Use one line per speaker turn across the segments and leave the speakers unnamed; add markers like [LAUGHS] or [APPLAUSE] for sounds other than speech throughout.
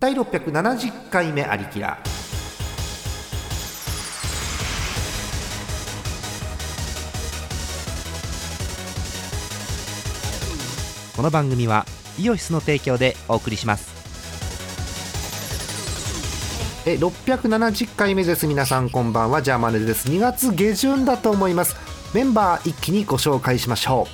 第670回目ありきらこの番組はイオシスの提供でお送りしますえ670回目です皆さんこんばんはジャーマネです2月下旬だと思いますメンバー一気にご紹介しましょ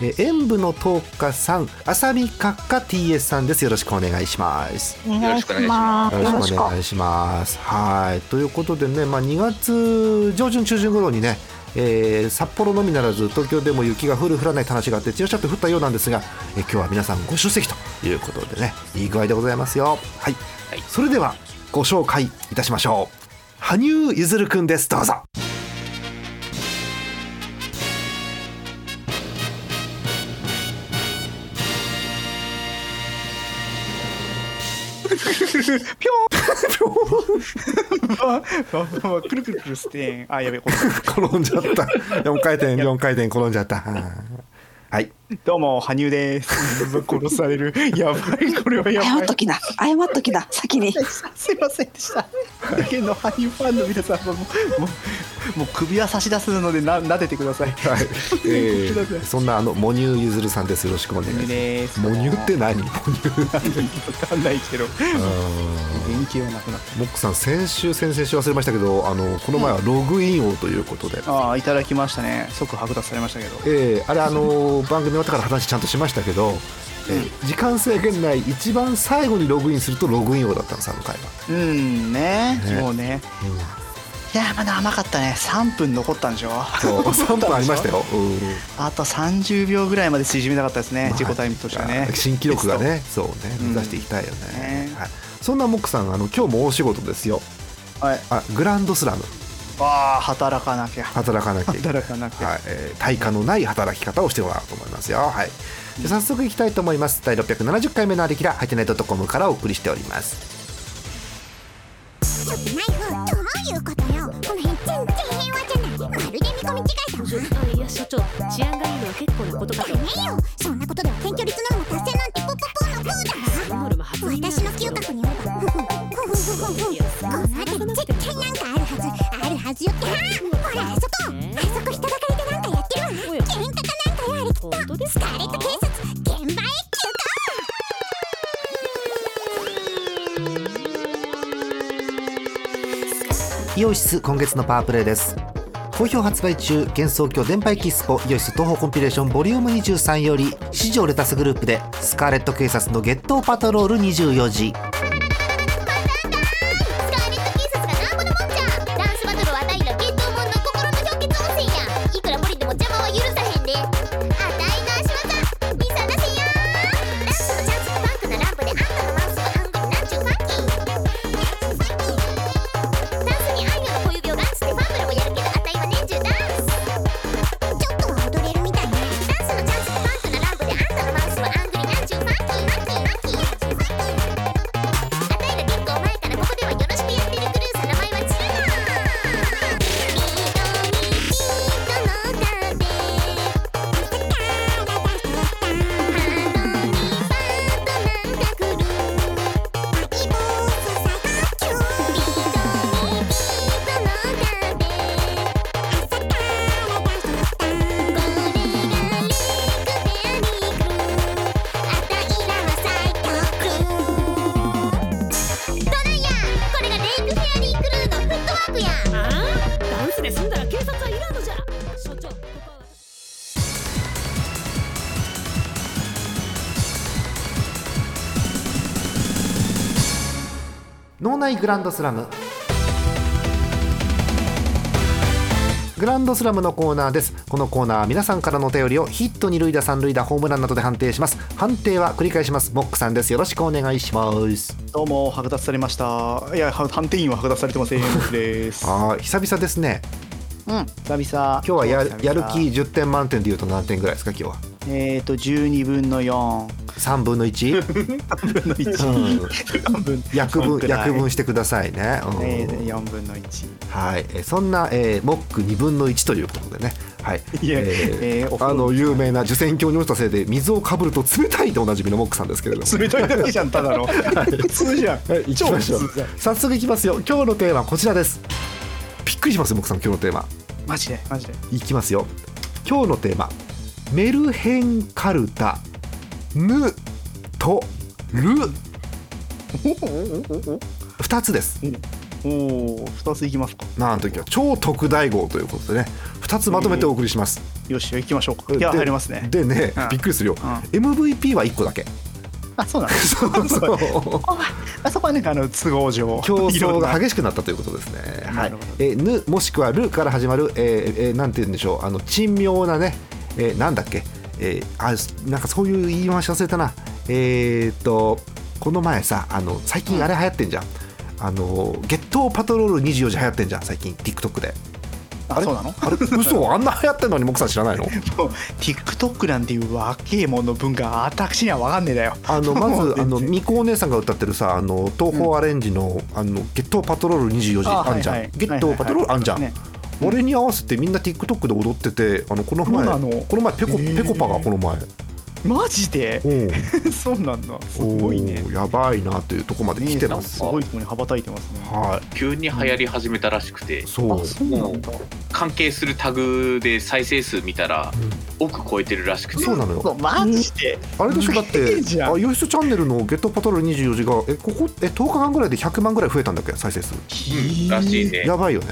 うえ演舞のトーカさん浅見閣下 TS さんですよろしくお願いします
お願いします。
よろしくお願いします。はいということでね、まあ、2月上旬、中旬頃にね、えー札幌のみならず東京でも雪が降る、降らないって話があって、強しゃって降ったようなんですが、えー今日は皆さんご出席ということでね、いい具合でございますよ。はい、
はい
それではご紹介いたしましょう。羽生結弦くんです、どうぞ。 [LAUGHS]
[LAUGHS] くるくるくるしてあやべえこれ
転んじゃった。4回転、4回転転んじゃった。うんはい、
どうも羽生ですうわ殺されるやばいこれはや
謝
ば
っ
い
ときな、謝っときな、先に。
すいませんでした世間の羽生ファンの皆さんももうもう首は差し出すのでな撫でてください
はい、え
ごめんなさい
ー、そんなあの、母乳ゆずるさんです。よろしくお願いします。
です
母乳って何母乳
わかんないけど元気はなくなっ
モックさん先週先々週忘れましたけどあのこの前はログイン王ということで、
たああいただきましたね即剥奪されましたけど
えーあれあの番組終わったから話ちゃんとしましたけど、えー時間制限内一番最後にログインするとログイン王だったんですあの回は、
うんね
ね
もうねいやまだ甘かったね3分残ったんでしょ
そう3分ありましたよ、うん
あと30秒ぐらいまで縮めたかったですね、自己タイムとしてはね
新記録がねそうね
うん
目指していきたいよね、
ね
はい、そんなモックさんあの今日も大仕事ですよ
はい
あグランドスラム
わあ働かなきゃ
働かなきゃいけない
働かなきゃ、
はいえー対価のない働き方をしてもらおうと思いますよ。はい、で早速いきたいと思います。第670回目のありきら、ハイテナイトコムからお送りしております。
ナイフどういうことよこの辺全然平和じゃないまるで見込み違いだわ
ちょっといや所長治安がいいのは結構なことかと
ダメよそんなことでは選挙率ノルマ達成なんてポポポーのプーだわ
ノルマ発言
私の嗅覚によればふふふふふふこの辺り絶対なんかあるはずあるはずよってあほらあそこあそこ人だかりでなんかやってるわ
お
喧
や
嘩かなんかやあれきっと
本当で
ス
す
カ
か
ーレット警察現場へ急
イオシス今月のパワープレイです。好評発売中、幻想郷電波エキスポイオシス東方コンピレーションボリューム23より、史上レタスグループで、スカーレット警察のゲットパトロール24時。
スカーレット警察がなんぼのもんじゃダンスバトルはあたいらゲットモンの心の氷結温泉やいくらポリでも邪魔は許さへんであたいの足技見さらせやダンスもチャンスもファンクなランプであんたのマウスもハングリなんちゅうファンキーダンスにあいのの小指をガンつってファンブルもやるけどあたいは年中ダンスちょっとは踊れるみたいねダンスのチャンスもファンクなランプであんたのマウスもハングリなんちゅうファンキーファンキーファンキーファンキーあたいら結構前からここではよろしくやってるクルーさ名前はチラー緑色の壁からだったハロにパートナーが来るマイボーズサガキュー緑色の壁朝からだったこれがリークベアリークルーあたいらは最強クルーどないやこれがレイクフェアリークルーのフットワークや
ああダンスで済んだら警察はいらんのじゃ所長ここは
脳内グランドスラムグランドスラムのコーナーですこのコーナーは皆さんからのお便りをヒット二塁打三塁打ホームランなどで判定します判定は繰り返しますモックさんですよろしくお願いします
どうも剥奪されましたいやは判定員は剥奪されてませんです
あー久々ですね
うん久々
今日はや
久々
やる気10点満点でいうと何点ぐらいですか今日は
えっ、と12分の4
3分の 1?
分の
う
1
ん、[LAUGHS]
半分
約
そん
分
くらい
約分してくださいね。うん
えー、4分の1
はい、えーそんな、えー、モック2分の1ということでね、はい
いや
え
えー
ーあの有名な受選鏡に落ちたせいで水をかぶると冷たいでおなじみのモックさんですけれども。
[LAUGHS] 冷たいだけじゃんただの普通じゃん
はい、行き
超
ま
普
しょう
通じゃん
早速いきますよ今日のテーマはこちらですびっくりしますよモックさん今日のテーマ
マジでマジで
いきますよ今日のテーマメルヘンカルタヌとル2つです
おお2ついきますか
なんと今日は超特大号ということでね2つまとめてお送りします、
よし行きましょうかいや
で
入りますね
でね、
うん
びっくりするよ、MVP は1個だけ
あそうなん
[LAUGHS]
だ
そうそう
[LAUGHS] あそこはねあの都合上
[LAUGHS] 競争が
激
激しくなったということですね。は
ないるほど、
えーぬもしくはるから始まる、えーえーなんて言うんでしょうあの珍妙なね、えーなんだっけ、えーあすなんかそういう言い回し忘れたな。えー、っとこの前さあの最近あれ流行ってんじゃん。あのゲットパトロール24時流行ってんじゃん最近 TikTok で。
あそうなの
あれ嘘あんな流行ってんのに僕さん知らないの？
もう TikTok なんていう若えもんの文化私には分かんねえだよ
あのま
もう
ずあ
全然
のみこお姉さんが歌ってるさあの東宝アレンジの,、あのゲットパトロール24時
あ
あんじゃん、
はいはい
ゲットパトロールあんじゃん、
はいはいね
俺に合わせてみんな TikTok で踊っててあのこの前
そうなの
この前ペコ、
へ
ペ
ー
コパがこの前
マジでそうなんだ [LAUGHS] すごいね
おーやばいなというとこまで来てます、
ねえなんかすごいとこに羽ばたいてますね
は
急に流行り始めたらしくて
いそう
あそうなんだ
関係するタグで再生数見たら億超えてるらしくて
そうなの
そ
よ
うマジで
あれでしょだっ
すげえじ
て
ゃ
あ
ん
よしチャンネルの「ゲットパトロール24時が」えここえ10日間ぐらいで100万ぐらい増えたんだっけ再生数
うんらしいね
やばいよね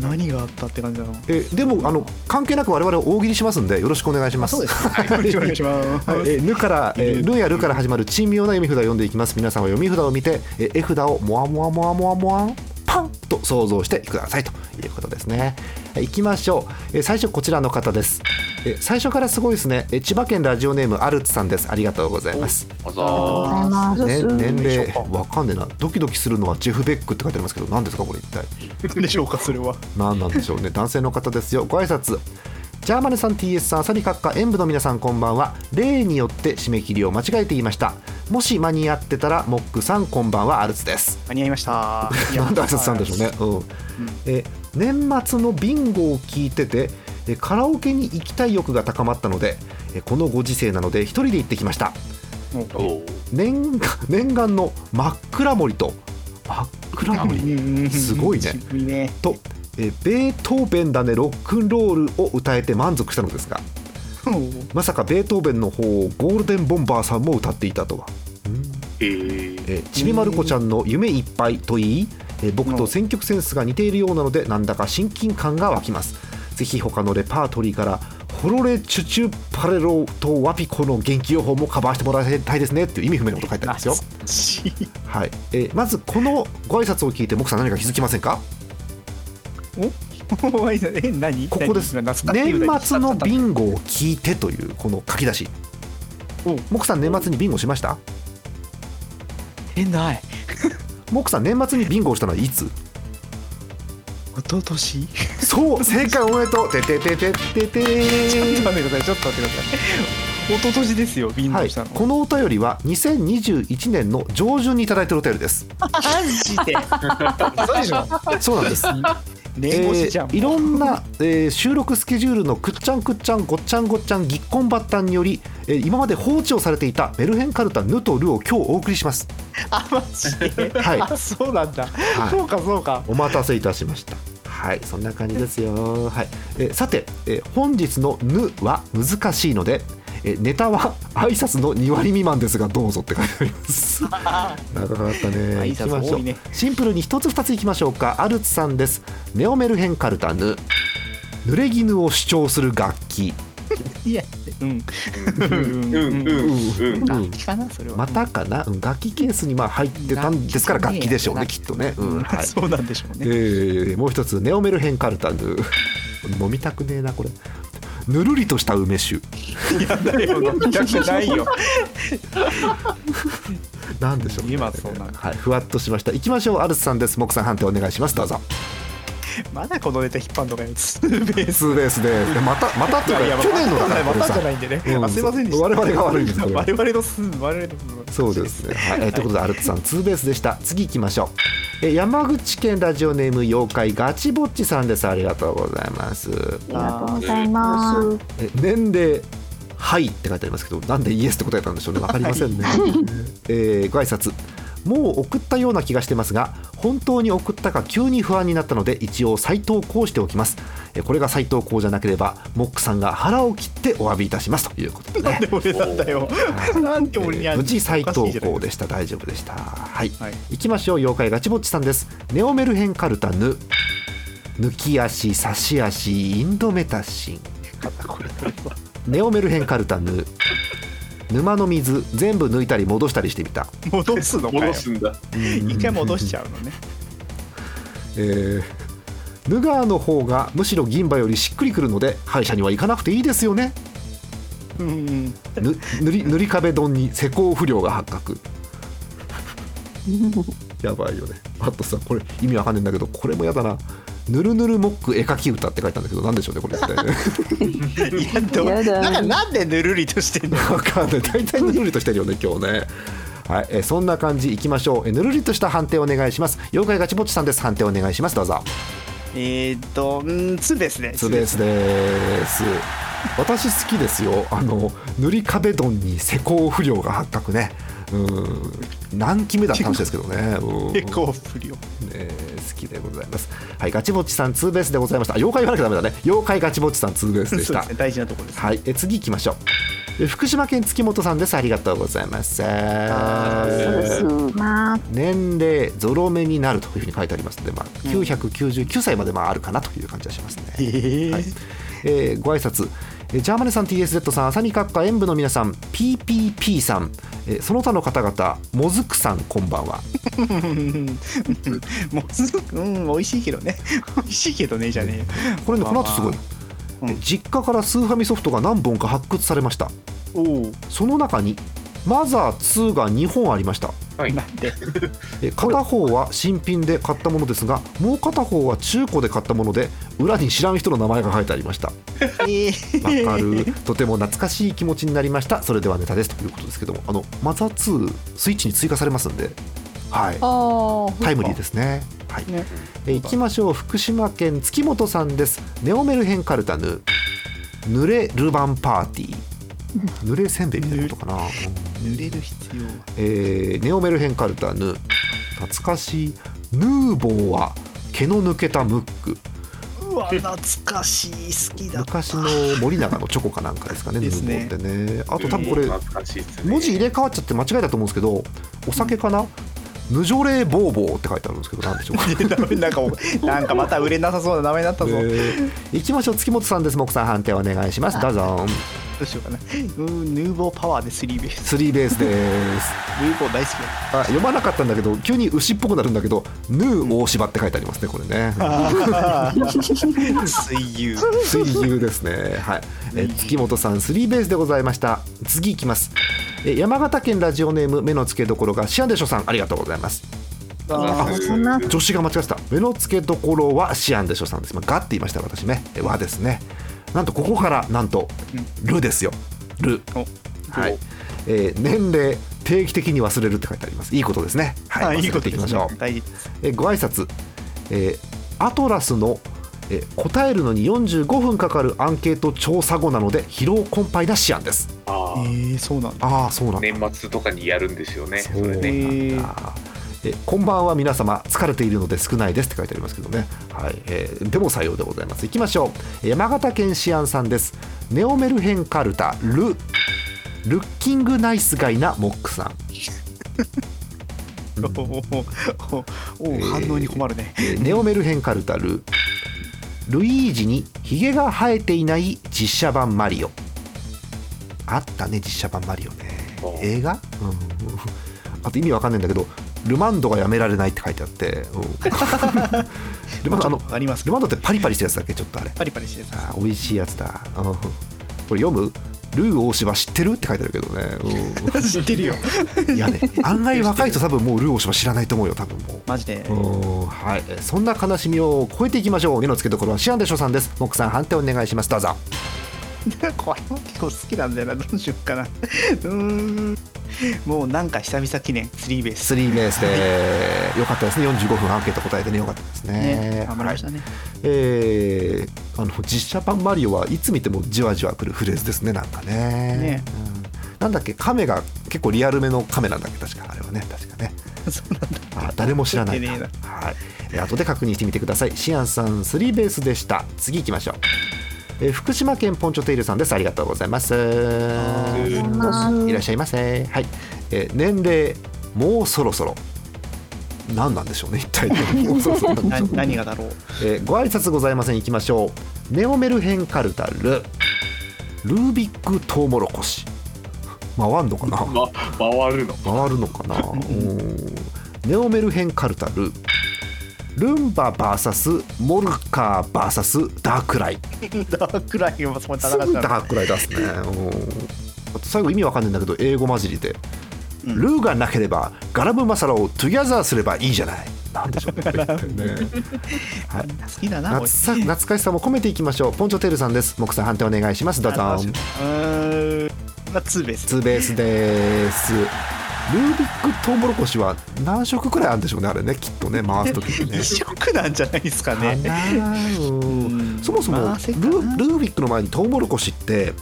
何があったって感じだろう
えでもあの関係なく我々大喜利しますんでよろしくお願いします
そうですよろしくお願いします
はい、えーぬから、えーぬやるから始まる珍妙な読み札を読んでいきます。皆さんは読み札を見て、えー絵札をもわもわもわもわもわん。パンと想像してくださいということですね。はい、いきましょう。えー最初こちらの方です。えー最初からすごいですね。えー千葉県ラジオネームアルツさんです。ありがとうございます。
あざ
ありがとうござ
ね、
います。
年齢
でしょうか
わかんねえな。ドキドキするのはジェフベックって書いてありますけど、何ですかこれ一体。
でしょうかそれは
何なんでしょうね男性の方ですよご挨拶ジャーマネさん TS さんサリカッカ演舞の皆さんこんばんは例によって締め切りを間違えていましたもし間に合ってたらモックさんこんばんはアルツです
間に合いましたいや
なんで挨拶さんでしょうね、うんえ年末のビンゴを聞いててえカラオケに行きたい欲が高まったのでえこのご時世なので一人で行ってきました
おう
念願念願の真っ暗森と真っ暗森
うん
すごいね
渋いね
と、えーベートーベンだねロックンロールを歌えて満足したのですが
うん
まさかベートーベンの方をゴールデンボンバーさんも歌っていたとは、
えー、
えーちびまる子ちゃんの夢いっぱいと言い、えー僕と選曲センスが似ているようなのでなんだか親近感が湧きますぜひ他のレパートリーからホロレチュチュパレロとワピコの元気予報もカバーしてもらいたいですねっていう意味不明のこと書いてあるんですよ、はいえーまずこのご挨拶を聞いて僕さん何か気づきませんか
お前え何
ここです
何懐かしい歌
年末のビンゴを聞いてというこの書き出し
お
モクさん年末にビンゴしました
えない
モクさん年末にビンゴをしたのはいつ
一昨年 [LAUGHS]
そう正解おめでとうてててててて
ちょっと
ー
待ってくださいちょっと待ってください一昨年ですよビン
は
ゴ
い
したの、
このお便りは2021年の上旬にいただいてるお便りです
[LAUGHS] [LAUGHS] マジで嘘でしょ
そうなんです
年越しじゃん、
えーいろんな、えー収録スケジュールのくっちゃんくっちゃんごっちゃんごっちゃんぎっこんばったんにより、えー今まで放置をされていたメルヘンカルタヌとルを今日お送りします
あマジで、 [LAUGHS]
はい
あそうなんだ、
い
そうかそうか
お待たせいたしました。はい、そんな感じですよ。はい、えーさて、えー本日のぬは難しいので。えーネタは挨拶の2割未満ですがどうぞって書いてあります。長かったね。行
挨拶
きましょ
多
う
いね
シンプルに一つ二ついきましょうか。アルツさんです。ネオメルヘンカルタヌ。濡れ衣を主張する楽器。
いやうん
うんうんうん
うん
楽器かなそれは
またかな、うん楽器ケースにまあ入ってたんですから楽器でしょうねきっとね。う
うん
ん、はい。
そうなんでしょうね、
えーもう一つネオメルヘンカルタヌ飲みたくねえなこれぬるりとした梅酒
やだよ飲みたくないよ
なんでしょう、ね、
今そうなんだ
はい、ふわっとしました行きましょうアルスさんですモクさん判定お願いしますどうぞ
まだこのネタ引っ張んのかよツーベース
ツーベースですでまたまたっていうか去年のだから
ま
これ
た
さ
じゃないんでね、
うん
あすいませんでした
我々が悪いん
[LAUGHS]
ですこれは
我々のす我々の
そうですね。はい、えーということで、アルトさん、ツーベースでした。次行きましょう。えー山口県ラジオネーム妖怪ガチぼっちさんです。ありがとうございます。
りがとうございます。
え年齢はいって書いてありますけど、なんでイエスって答えたんでしょうね。わかりませんね。えーご挨拶。もう送ったような気がしてますが本当に送ったか急に不安になったので一応再投稿しておきますえーこれが再投稿じゃなければモックさんが腹を切ってお詫びいたしますということでね
なんで俺なんだよなんで俺に
え
あ
ー
んの
無事再投
おかしいじゃな
稿
い
でした大丈夫でしたはい、
はい
行きましょう妖怪ガチぼっちさんですネオメルヘンカルタヌ抜き足差し足インドメタシンネオメルヘンカルタヌ沼の水全部抜いたり戻したりしてみた、
戻すのかよ
戻すんだ。
一回戻しちゃうのね
えーヌガーの方がむしろ銀歯よりしっくりくるので歯医者には行かなくていいですよね
うん
[LAUGHS] ぬ塗り塗り壁丼に施工不良が発覚やばいよねパッとさんこれ意味わかんねえんだけどこれもやだな「ぬるぬるモック絵描き歌」って書い [LAUGHS] たんだけどなんでしょうねこれ一体ね
いやでも
やだ
なんかなんでぬるりとしてんの
[LAUGHS] わかんない大体ぬるりとしてるよね今日ねはいえそんな感じいきましょうえぬるりとした判定お願いします妖怪ガチぼっちさんです判定お願いしますどうぞ
えーっとうんツーベースね
ツーベースです私好きですよあの塗り壁ドンに施工不良が発覚ねうん何期目だって話ですけどねうん
結構不良
えー好きでございます。はい、ガチぼっちさんツーベースでございました。あ妖怪言わなきゃダメだね。妖怪ガチぼっちさんツーベースでし
そうで
た
す。ね大事なところです
はい、え次行きましょう。え福島県月本さんです。ありがとうございます。
そうそうまあ、
年齢ゾロ目になるというふうに書いてありますので、まあ999歳までまああるかなという感じがしますね。
えー
はいえーご挨拶えージャーマネさん TSZ さん浅見閣下演舞の皆さん PPP さん、えーその他の方々もずくさんこんばんは
もうすごくうん美味しいけどね [LAUGHS] 美味しいけどねじゃねえよ
これねこの後すごい、
まあうん
え実家からスーファミソフトが何本か発掘されました
おお
その中にマザー2が2本ありました
はい。
なんで
[LAUGHS] え片方は新品で買ったものですがもう片方は中古で買ったもので裏に知らん人の名前が書いてありました
え
わ
ー
かるとても懐かしい気持ちになりましたそれではネタですということですけどもあのマザー2スイッチに追加されますんではいタイムリーですねはい
ね
え行きましょう福島県月本さんですネオメルヘンカルタヌ濡れルバンパーティー濡れせんべいみたいなことかな、
濡れる必要は
えーネオメルヘンカルタヌ懐かしいヌーボーは毛の抜けたムック
うわ懐かしい好きだ
昔の森永のチョコかなんかですかね
ですね
ヌーボーってねあと多分これ、
うん懐かしいですね
文字入れ替わっちゃって間違いだと思うんですけどお酒かな、ヌジョレーボーボーって書いてあるんですけどなんでしょうか
ダメなんかもうなんかまた売れなさそうな名前になったぞ、ど
行きましょう月本さんです木さん判定お願いしますどうぞ
うしようかなうーんヌーボーパワーでスリーベース
スリーベースです
ヌーボー大好きだ
あ読まなかったんだけど急に牛っぽくなるんだけどヌー大芝って書いてありますねこれね
あー水牛
水牛ですねはいえ月本さんスリーベースでございました次行きますえ山形県ラジオネーム目の付けどころがシアンでしょさんありがとうございます
あー
そんな
女子が間違ってた目の付けどころはシアンでしょさんです、まあ、ガって言いました私ねえ和ですねなんとここからなんと「ル」ですよ「ル」
お
はいえー年齢定期的に忘れるって書いてありますいいことですね
あ
はい
いい
忘
こ
れて
と
い
で
き
す
ましょう
ね大事です
えーご挨拶、えーアトラスの、えー答えるのに45分かかるアンケート調査後なので疲労困憊なシアンです
あ
え
ー
ー、そうなんだ
ああそうなんだ
年末とかにやるんですよね。そ
そうな
れ
ん
ね。
だ。えこんばんは皆様疲れているので少ないですって書いてありますけどね、はいえーでも採用でございますいきましょう山形県シアンさんですネオメルヘンカルタルルッキングナイスガイなモックさん、
おーおーおー反応に困るね
えーネオメルヘンカルタルルイージにヒゲが生えていない実写版マリオあったね実写版マリオね
お
映画、うん、あと意味わかんないんだけどルマンドがやめられないって書いてあって、
[LAUGHS]
うんルマンドあの
あります
ルマンドってパリパリしたやつだっけちょっとあれ
パリパリしてさ
あー美味しいやつだ、うんこれ読むルー大柴知ってるって書いてあるけどね、
知ってるよ
うん、いや
[LAUGHS]
ね案外若い人多分もうルー大柴知らないと思うよ多分もう
マジで
うんはい、そんな悲しみを超えていきましょう目の付けどころはシアンでしょさんです木さん判定お願いしますどうぞ
これも結構好きなんだよなどうしようかなうーんもうなんか久々記念スリーベース
スリーベースでよかったですね45分アンケート答えてねよかったですね
ね頑張りまし
はい
たね、
えーあの実写版マリオはいつ見てもじわじわくるフレーズですねなんかね
ね
うんなんだっけ亀が結構リアルめの亀なんだっけ確かあれはね確かね
[LAUGHS] そうなんだ
あ誰も知らない
見
な
てね
はいえー後で確認してみてくださいシアンさんスリーベースでした次行きましょうえー福島県ポンチョテイルさんですありがとうございます
りがとうございます
いらっしゃいませはい、えー年齢もうそろそろ何なんでしょうね一
[LAUGHS]
体もうそろそろなんでしょう
な何がだろう
えーご挨拶ございませんいきましょうネオメルヘンカルタルルービックトウモロコシ回んのかな
ま、回るの
回るのかなうんネオメルヘンカルタルルンバ VS モルカー VS ダークライ
ダークラインもそこに戦
すぐ
っ
ダ
た
ークライ出すねうんあと最後意味わかんないんだけど英語混じりで、
うん
ルーがなければガラムマサラをトゥギャザーすればいいじゃない [LAUGHS] なんでしょうねこれ一体ねはい
の好きだな
懐
俺
さ懐かしさも込めていきましょうポンチョテールさんです木さん判定お願いしますどうぞ
あのうーんまあツーベース
ツーベースですルービックトウモロコシは何色くらいあるんでしょうねあれねきっとね回すときにね
異色なんじゃないですか
か
ね
なうんそもそもル
まあせっかく
ールービックの前にトウモロコシって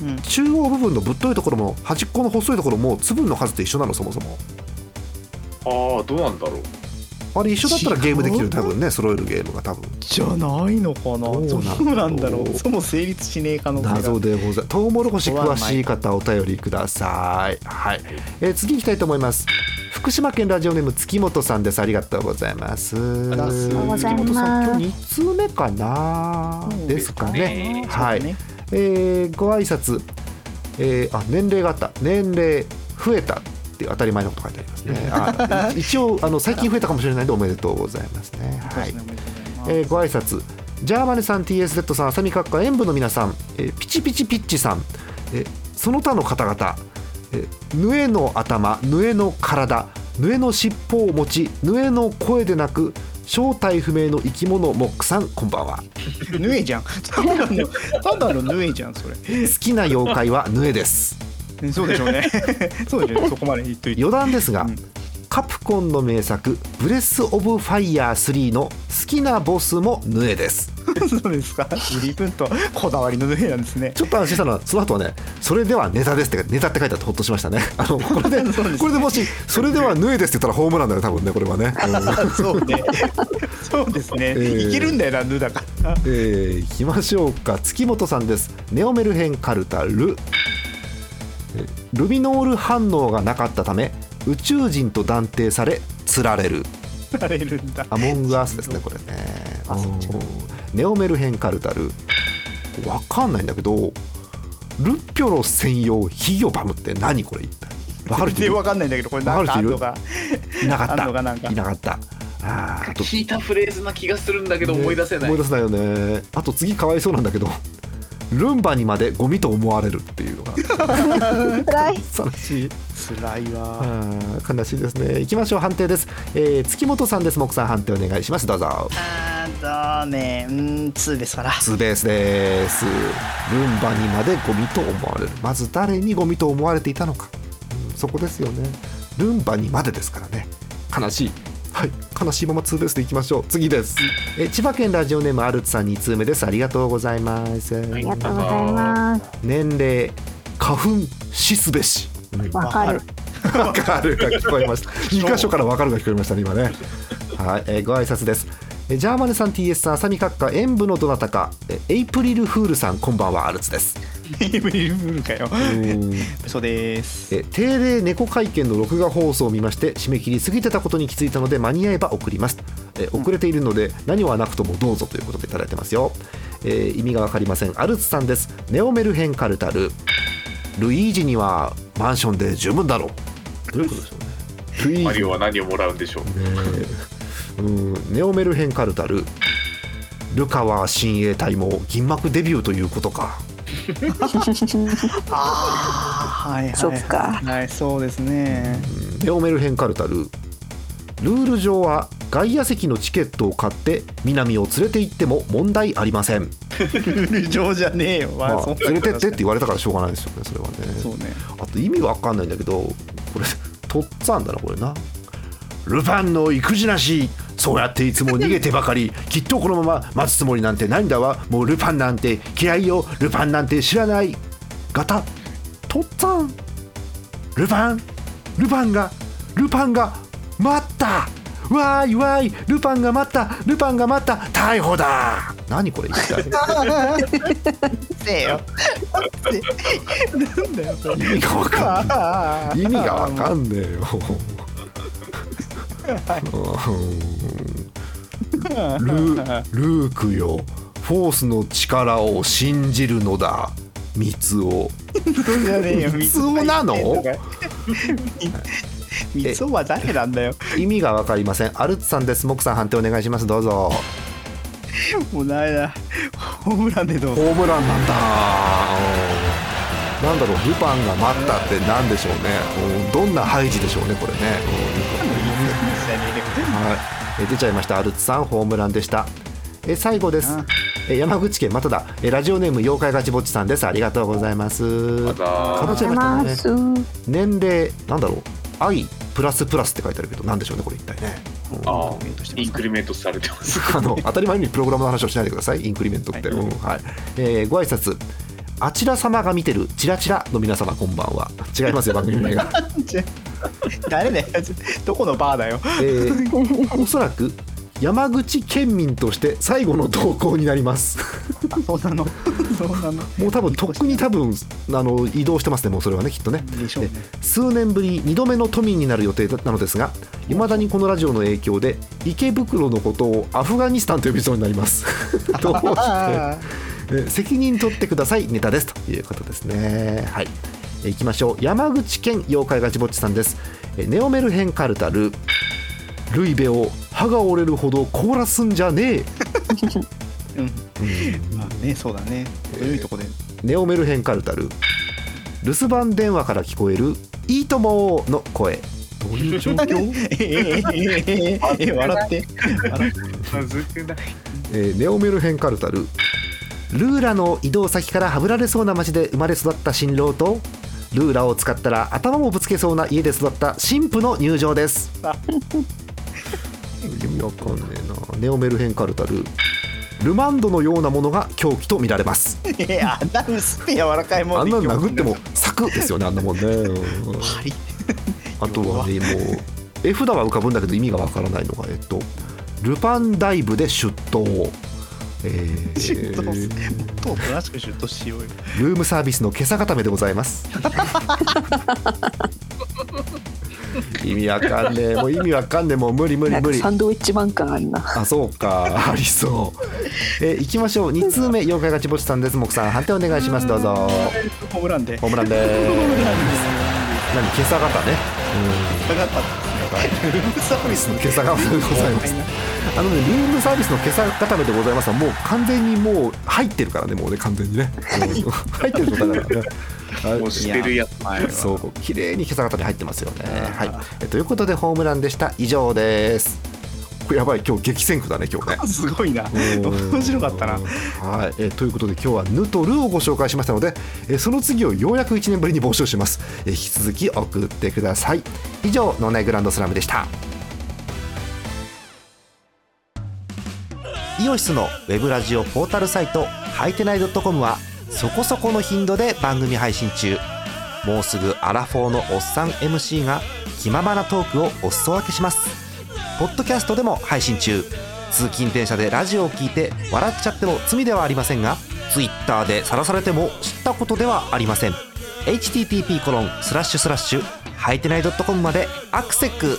うん
中央部分のぶっといところも端っこの細いところも粒の数って一緒なのそもそも
ああどうなんだろう
あれ一緒だったらゲームできる
違う
多分ね揃えるゲームが多分
じゃないのかな
どうなんだろう
そうなんだろうそも成立しねえ可能性が
謎でございますトウモロコシ詳しい方お便りくださいはい、えー次行きたいと思います福島県ラジオネーム月本さんですありがとうございます
りがとうござい
月
ます
本さん今日2通目かな
そう
ですかね
ですね
はい、
そうね
えーご挨拶、えーあ年齢があった年齢増えたっていう当たり前のこと書いてありますねあ一応あの最近増えたかもしれないんでおめでとうございますねはい
そうですね
えーご挨拶ジャーマネさん TSZ さん浅見閣下演舞の皆さん、えーピチピチピッチさん、えーその他の方々、えーぬえの頭ぬえの体ぬえの尻尾を持ちぬえの声でなく正体不明の生き物モックさんこんばんは
ヌエじゃん。ただの、ただのヌエじゃん、それ。
好きな妖怪はぬえです
[LAUGHS] そうでしょうね。そうでしょうね。そこまで言っといて。
余談ですが、
うん
カプコンの名作「ブレス・オブ・ファイヤー3」の好きなボスもヌエです
そうですか。随分とこだわりのヌエなんですね。
ちょっと安心したのは、その後はね、それではネタですって、ネタって書いてあってほっとしましたね。 [LAUGHS] あの、これで、
[LAUGHS] そうですね
これでもし、それでは縫えですって言ったらホームランだよ、多分ね、これは
[LAUGHS]
ね。うん
[LAUGHS] そうね。そうですね。
ー
いけるんだよな、ヌだから。
えー、行きましょうか。月本さんです。ネオメルヘンカルタル。えルミノール反応がなかったため、宇宙人と断定され、釣られる。
られるんだ。
アモングアースですね、これね。
あそっちか
おーネオメルヘンカルタル。わかんないんだけど、ルッピョロ専用ヒギョバムって何これ一体わかる人い
全然
る
わかんないんだけど、これなんかあんのが。
いなかった。
あんのかなんか
いなかった。あーあと
聞いたフレーズな気がするんだけど思い出せない、
思い出せないよね。あと次かわいそうなんだけど、ルンバにまでゴミと思われるっていうのが
辛い。
悲しい。
辛いわ。
あー悲しいですね。行きましょう判定です。えー月本さんです。木さん判定お願いします。どうぞ。
あーだね。うーん、ツーです [LAUGHS] から。
ツーベースです。ルンバにまでゴミと思われる。まず誰にゴミと思われていたのか。うんそこですよね。ルンバにまでですからね。悲しい。はい、悲しいままツーベースでいきましょう。次です。え千葉県ラジオネームアルツさん2通目です。ありがとうございます。
あ
い
りがとうございます。
年齢花粉しすべし。
わ [LAUGHS] かる。
わかるが聞こえま [LAUGHS] した。二箇所からわかるが聞こえましたね、今ね。はい、えーご挨拶です。えージャーマネさん、TS さん、浅見閣下、演舞のどなたか、えーエイプリルフールさん、こんばんは、アルツです。
エイブリルブルかよ。
え
嘘です。
ー定例猫会見の録画放送を見まして、締め切り過ぎてたことに気づいたので、間に合えば送ります。えー遅れているので、何はなくともどうぞということでいただいてますよ。えー意味がわかりません。アルツさんです。ネオメルヘンカルタル。ルイージにはマンションで十分だろう。どういうことでしょうね。ルイージ
マリオは何をもらうんでしょう
ねうんネオメルヘンカルタルルカは親衛隊も銀幕デビューということか
ああはいはい、はい、
そっか
はいそうですね
でオメルヘンカルタルルール上は外野席のチケットを買って南を連れて行っても問題ありません、
ルール上じゃねえよ、ま
ま
そ
あ、
んな
連れてってって言われたからしょうがないですよねそれはね
そうね
あと意味わかんないんだけどこれとっつぁんだなこれなルパンの育児なしそうやっていつも逃げてばかり [LAUGHS] きっとこのまま待つつもりなんてないんだわもうルパンなんて嫌いよルパンなんて知らないガタとっつぁんルパンルパンがルパンが待ったわーいわーいルパンが待ったルパンが待った逮捕だ何これ一体
せえよなんだよそれ
[LAUGHS] 意味がわかんない
あ
意味がわかんねえよ。うんルルークよフォースの力を信じるのだ三つを
そうじゃねえよ
三つ男なの
み三つ男は誰なんだよ
意味がわかりませんアルツさんですモクさん判定お願いしますどうぞ
もうダメだホームランでどう
ホ
ぞ
ームランなんだなんだろうルパンが待ったってなんでしょうね、うんどんなハイジでしょうねこれね、うんはい、えー出ちゃいましたアルツさんホームランでしたえー最後です
あ
えー山口県まただえーラジオネーム妖怪ガチぼっちさんですありがとうございます
ま
か
た
ぼちゃい
り
ま
ま
したね
す。
年齢なんだろう愛プラスプラスって書いてあるけどなんでしょうねこれ一体ね
あーインクリメントされてます
[LAUGHS] あの当たり前にプログラムの話をしないでくださいインクリメントって、
はい
うんはいえーご挨拶あちら様が見てるチラチラの皆様こんばんは違いますよ番組名が
誰だよどこのバーだよ
えーおそらく山口県民として最後の投稿になります
あそうなのそうなの
もう多分とっくに多分あの移動してますねもうそれはねきっとね
でしょうね
で数年ぶり2度目の都民になる予定なのですがいまだにこのラジオの影響で池袋のことをアフガニスタンと呼びそうになります
[LAUGHS]
どうして [LAUGHS]
あ
え責任取ってくださいネタですということですねはいえいきましょう山口県妖怪ガチぼっちさんですえネオメルヘンカルタルルイベを歯が折れるほど凍らすんじゃねえ
ーうん [LAUGHS] まあねそうだねどういうとこで
ネオメルヘンカルタル留守番電話から聞こえる「いいとも!」の声どういう状況、
えーえーえーえーえー笑って笑って
まずくない
[LAUGHS] えーネオメルヘンカルタルルーラの移動先からはぶられそうな町で生まれ育った新郎とルーラを使ったら頭もぶつけそうな家で育った新婦の入場です [LAUGHS]
あ
意味わかんねえなネオメルヘンカルタルルマンドのようなものが凶器と見られます
いやあんな薄くて柔らかいも
あ
ん
ん
で
なの殴ってもサクッですよねあんなもんねうん
針
あとはね、もう、絵札は浮かぶんだけど、意味がわからないのが、えっと、ルパンダイブで出頭。えー
シュッともっとおとなしくシュッとしようよ
ルームサービスの今朝固めでござい [LAUGHS] ます。意味わかんねえ、もう意味わかんねえ、もう無理無理
なん
無
か
理
サ。ンドウィッチマン感あるな
あ、そうか、ありそう。えー、行きましょう。二通目、妖怪がちぼちさんです。木さん、判定お願いします。どうぞ。
ホームランで
ホームランです。 [LAUGHS] 何、今朝固ね。
かかったルームサービス
今朝固めでございます。あのね、ルームサービスの今朝固めでございますは、もう完全にもう入ってるからね、もうね、完全にね。うん入ってる状態だからね。
も
は
う
い
してるやつ
そう、綺麗に今朝固め入ってますよね。はい。えということで、ホームランでした。以上です。これやばい、今日激戦区だね、今日ね。
すごいな
うん
面白かったな
はい、えーということで今日は「ぬ」と「る」をご紹介しましたので、えーその次をようやく1年ぶりに募集します、えー引き続き送ってください以上「脳内グランドスラム」でしたイオシスのウェブラジオポータルサイト「はいてない .com」はそこそこの頻度で番組配信中もうすぐアラフォーのおっさん MC が気ままなトークをお裾分けしますポッドキャストでも配信中通勤電車でラジオを聞いて笑っちゃっても罪ではありませんが Twitter で晒されても知ったことではありません http コロンスラッシュスラッシュはいてない .com までアクセック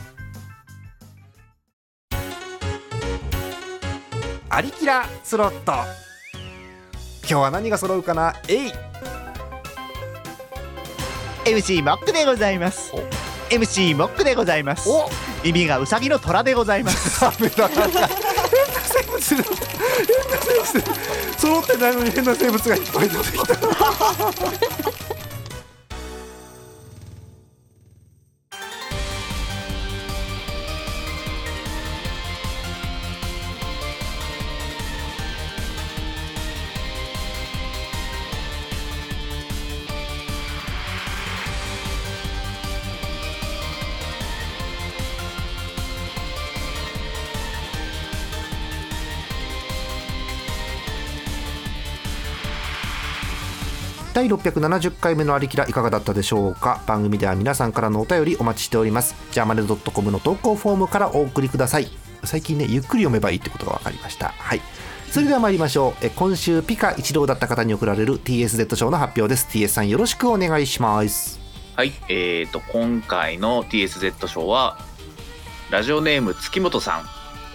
アリキラスロット
今日は何が揃うかなえい
MC モックでございます MC モックでございます耳がウサギの虎でございます [LAUGHS]
ダメだ変な生物だ変な生物だ揃ってないのに変な生物がいっぱい出てきた第670回目のありきらいかがだったでしょうか番組では皆さんからのお便りお待ちしておりますジャーマネドットコムの投稿フォームからお送りください最近ねゆっくり読めばいいってことが分かりましたはいそれでは参りましょうえ今週ピカ一郎だった方に贈られる TSZ 賞の発表です TS さんよろしくお願いします
はい、えー、と今回の TSZ 賞はラジオネーム月本さん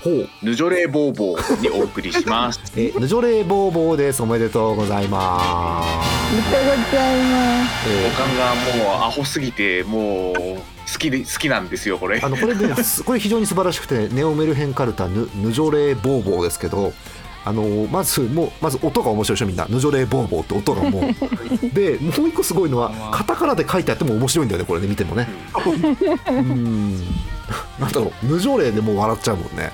ほう
「ヌジョレーボーボー」にお送りし [LAUGHS] ます
えヌジョレーボーボーですおめでとうございます
りがとうございます。
おかんがもうアホすぎてもう好きで好きなんですよこれ
あのこれ [LAUGHS] ね、すこれ非常に素晴らしくて、ネオメルヘンカルタヌヌジョレーボーボーですけど、あのまずもうまず音が面白いでしょみんな、ヌジョレーボーボーって音がも [LAUGHS] う。で、もう一個すごいのは、カタカナで書いてあっても面白いんだよね、これね見ても [LAUGHS] ね。うん、なんだろう、ヌジョレーでもう笑っちゃうもんね。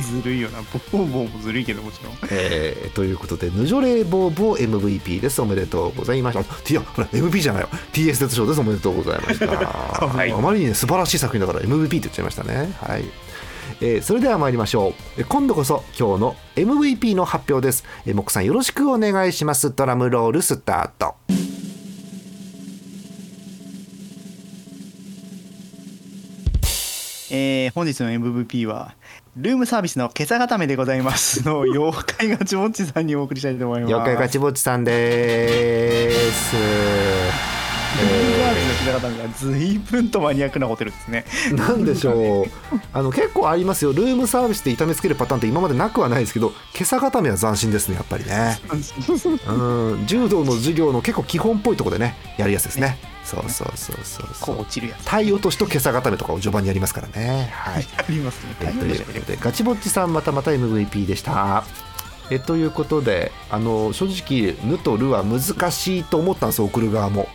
ずるいよなボンボンもずるいけどもちろん
えーということで、ヌジョレーボーボー MVP です。おめでとうございました。あいや、ほら MVP じゃないよ、TSZ 賞です。おめでとうございました。
い
あまりにね素晴らしい作品だから MVP って言っちゃいましたね。はい。えーそれでは参りましょう。えー今度こそ今日の MVP の発表です。えー、モックさんよろしくお願いします。ドラムロールスタート。
えー本日の MVP はルームサービスの今朝固めでございますの妖怪ガチモッチさんにお送りしたいと思います
妖怪ガチぼっちさんです。
ルームサービスの今朝固めが随分とマニアックなホテルですね
なんでしょうあの結構ありますよルームサービスで痛めつけるパターンって今までなくはないですけど今朝固めは斬新ですねやっぱりねうん柔道の授業の結構基本っぽいところでねやるやつですねそうそうそうそうそ
こう
う
落ちるやつ
体落としと今朝固めとかを序盤にやりますからねはい
ありますね
えー
大変
と
で
い
し
う
ょ
ことでガチぼっちさんまたまた MVP でしたえということであの正直「ぬ」と「る」は難しいと思ったんです送る側も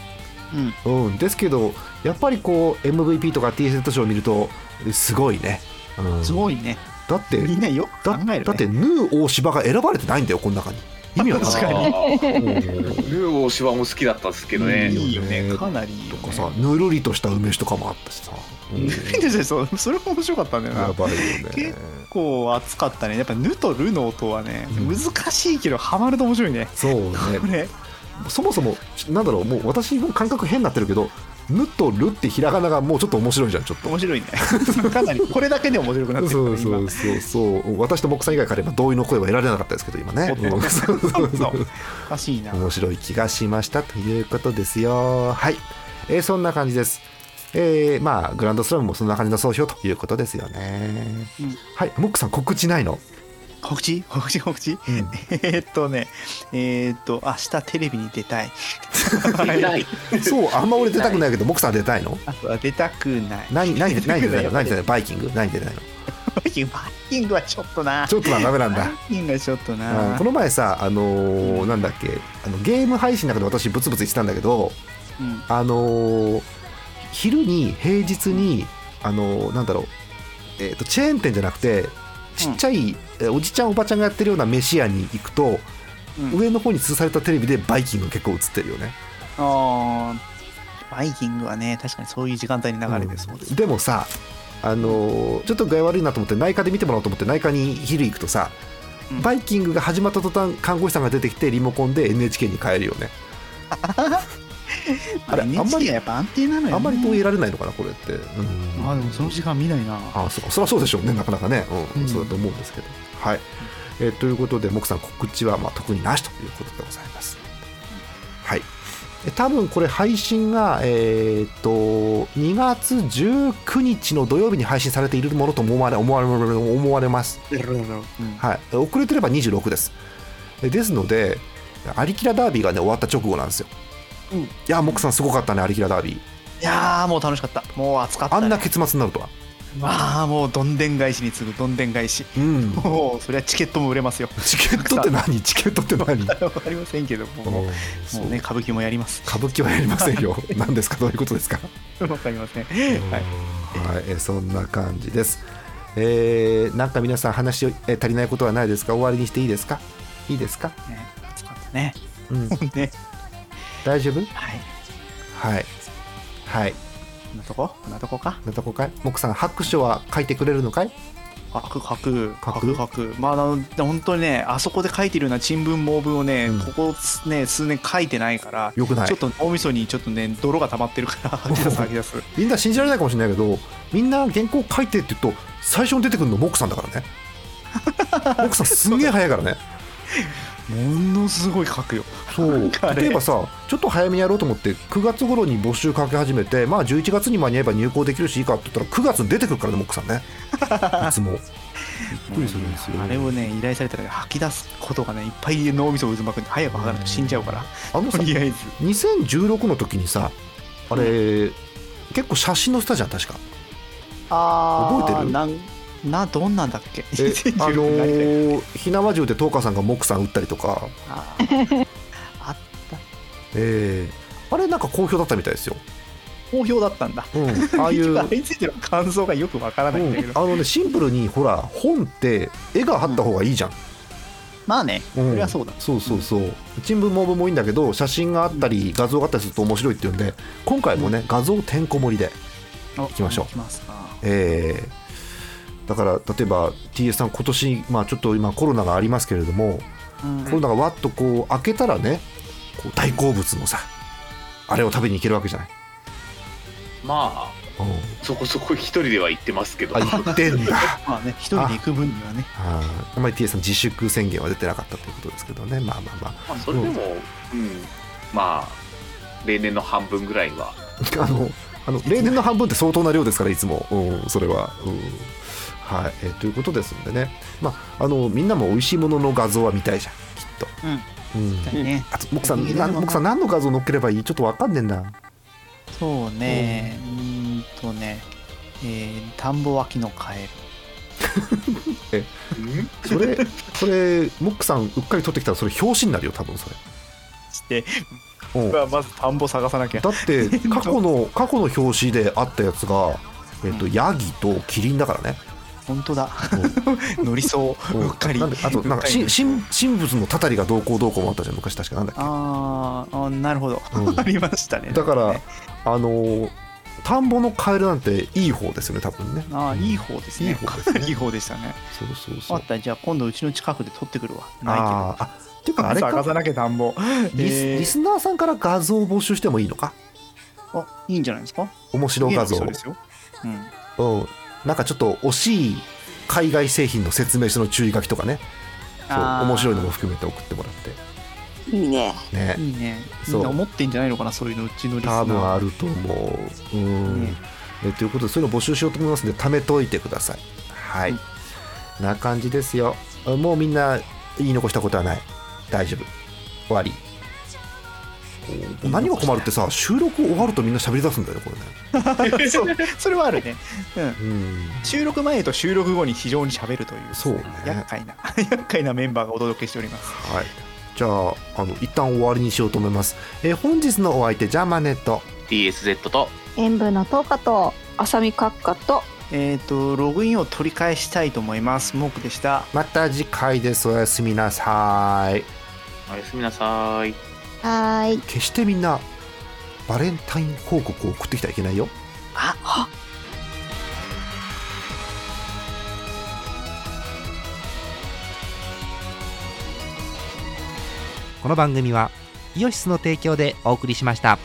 うん
うん、ですけどやっぱりこう MVP とか T セット賞を見るとすごいね、うん、
すごいね
だって
みんなよく
だ
考えるね
だってヌー大芝が選ばれてないんだよこの中に意味はな
確か
い
に
うん
ルー大芝も好きだったんですけどね
いいよ
いいよね
ねかなりいいよ
と
ね
かさぬるりとした梅酒とかもあったしさ、うん、や
いいですねそうそれも面白かったんだよな
ばいよね
結構熱かったねやっぱ「ぬ」と「る」の音はね、
うん
難しいけどハマると面白いね
そう
こ
ね
れ
そもそもなんだろうもう私の感覚変になってるけどぬとるってひらがながもうちょっと面白いじゃんちょっと
面白いね [LAUGHS] かなりこれだけで面白くなって
そう
るから
そう
今
そうそう私と木さん以外から言えば同意の声は得られなかったですけど今ね、うん [LAUGHS] そうそうそう
そうおかしいな
面白い気がしましたということですよはい、えーそんな感じですえーまあグランドスラムもそんな感じの総評ということですよね、
うん
はいモックさん告知ないの、
告知告知告知
うん
えーっとねえーっと明日テレビに出たい
偉い
[LAUGHS] そうあんま俺出たくないけどモックさんは出たいの
あとは出たくない
何何何出たい
[LAUGHS] 出た
の
く
何出たいのバイキング何出たいの
バイキングバイキングはちょっとな
ちょっとなダメなんだ [LAUGHS]
バイキングはちょっと
うん
な
この前さあのーなんだっけあのゲーム配信の中で私ブツブツ言ってたんだけど
うん
あのー昼に平日にあのーなんだろう、えーとチェーン店じゃなくてちっちゃい、えーおじちゃんおばちゃんがやってるような飯屋に行くと、
うん
上の方に通されたテレビでバイキング結構映ってるよね
あーバイキングはね確かにそういう時間帯に流れてそうです
でもさあのーちょっと具合悪いなと思って内科で見てもらおうと思って内科に昼行くとさ、
うん
バイキングが始まった途端看護師さんが出てきてリモコンで NHK に変えるよねあれあんまり
NHK はやっぱ安定なのよ、ね、
あんまり遠いられないのかなこれって、うん
あーでもその時間見ないな
あそそりゃそうでしょうねなかなかね、うん
うん
そうだと思うんですけどはい、えーということでモクさん告知はまあ特になしということでございますはいえ多分これ配信が、えーっと2月19日の土曜日に配信されているものと思われ思われ思われます、はい、遅れてれば26ですえですのでアリキラダービーがね終わった直後なんですよ、
うん
いやモクさんすごかったねアリキラダービー
いやーもう楽しかったもう暑かった、
あ
ね、
んな結末になるとは
まあもうどんでん返しに次ぐどんでん返し
うん
もうそれはチケットも売れますよ [LAUGHS]
チケットって何チケットって何
わかりませんけどももう
そう
ね歌舞伎もやります
歌舞伎はやりませんよ何ですかどういうことですか
[LAUGHS] わかりません、はい、
はい、えーそんな感じです。えーなんか皆さん話を、えー足りないことはないですか終わりにしていいですかいいですか、
ね暑かったね
うん、
ね
大丈夫
はい
はい。はい。
こんなとここんなとこか
なとこかいもくさん、拍手は書いてくれるのかい
書く書く
書
書
く
く書くまああの本当にねあそこで書いてるような珍文盲文をね、
うん
ここね数年書いてないから
よくない
ちょっと大味噌にちょっとね泥が溜まってる [LAUGHS] から吐き出す吐き出す
みんな信じられないかもしれないけど、みんな原稿書いてって言うと、最初に出てくるのもくさんだからね。もくさん、すんげえ早いからね。
ものすごい書く [LAUGHS] よ
そう
あれ
例えばさちょっと早めにやろうと思って9月頃に募集かけ始めてまあ11月に間に合えば入稿できるしいいかって言ったら9月に出てくるからねモックさん
[LAUGHS]
ねいつもびっくりするんですよ
あれをね依頼されたら吐き出すことがねいっぱい脳みそ渦巻くんで早く吐かないと死んじゃうから
あのさ
とりあえず
2016の時にさあれ、結構写真載せたじゃん確
[LAUGHS]
か
あ
覚えてる
なんなどんなんだっけ
えあの
2016何で
ー火縄銃で東川さんがモックさん撃ったりとか
あーあった
えーあれなんか好評だったみたいですよ、
好評だったんだ
うん、ああいう、うん、あ
結局あれ [LAUGHS] についての感想がよくわからないんだけど、
のねシンプルにほら本って絵があった方がいいじゃん
まあね
うん
そりゃそうだ
そうそうそう新聞も文もいいんだけど写真があったり画像があったりすると面白いっていうんで今回もね画像てんこ盛りで、
行
きましょう
行きますか
えーだから例えば TS さん今年、まあ、ちょっと今コロナがありますけれども、
うん
コロナがわっとこう開けたらねこう大好物のさあれを食べに行けるわけじゃない、
まあそこそこ一人では行ってますけど
あ行ってんだ [LAUGHS]
まあね一人で行く分にはね
あーあんまり TS さん自粛宣言は出てなかったということですけどねまあまあまあ
まあそれでも、うん、まあ例年の半分ぐらいは
[LAUGHS] あの、あの例年の半分って相当な量ですから、いつも、うん、それは、うんはいえーということですんでね、まああの、みんなも美味しいものの画像は見たいじゃん、きっと。うん
ね
あと、僕さ
い
ん、
いね
な
でも
僕さん、何の画像載っければいいちょっとわかんねえな。
そうねうーんとねえー田んぼ脇のカエル
それ、それ、モックさん、うっかり撮ってきたら、それ、表紙になるよ、多分そ
して
れ。
[LAUGHS]
うん、
僕はまず田んぼ探さなきゃ
だって、過去の、過去の表紙であったやつが、えっと、ヤギとキリンだからね。
本当だ乗りそう [LAUGHS]
うん
うっかり
なんであと、なん
うっ
か、
り
し神神仏のたたりがどうこうどうこうもあったじゃん、昔、確かなんだっけ。
あーあーなるほど、 [LAUGHS]
うん
ありましたね
だから、
ね
あのー田んぼのカエルなんていい方ですよね多分ね
ああいい方ですね
いい方ですね
いい方でしたね
そうそうそ
あ
う
ったじゃあ今度うちの近くで撮ってくるわないけど
あーあっていうかあれ
探さ
か
なきゃ田んぼ
リス,、
えー
リスナーさんから画像を募集してもいいのか
あいいんじゃないですか
面白画像
そうですよ、うん、
うん、なんかちょっと惜しい海外製品の説明書の注意書きとかねそう
あー
面白いのも含めて送ってもらっ
いいね。
てね
いいね
そう
みんな思ってんじゃないのかなそういうのうちのリスナー
多分あると思ううん、
ね
えということでそういうの募集しようと思いますので貯めといてくださいはい、
うん
な感じですよあもうみんな言い残したことはない大丈夫終わりお何が困るってさ収録終わるとみんな喋り出すんだよこれね
そう [LAUGHS] それはあるね、うん、
うん
収録前と収録後に非常に喋るという
そうね
厄介な [LAUGHS] 厄介なメンバーがお届けしております
はいじゃああの一旦終わりにしようと思います、えー本日のお相手ジャーマネット
TSZ と
塩分の10日と、浅見閣下と、
えっ、とログインを取り返したいと思いますモークでした
また次回ですおやすみなさい
おやすみなさーい
はーい。
決してみんなバレンタイン報告を送ってきてはいけないよ
この番組はイオシスの提供でお送りしました。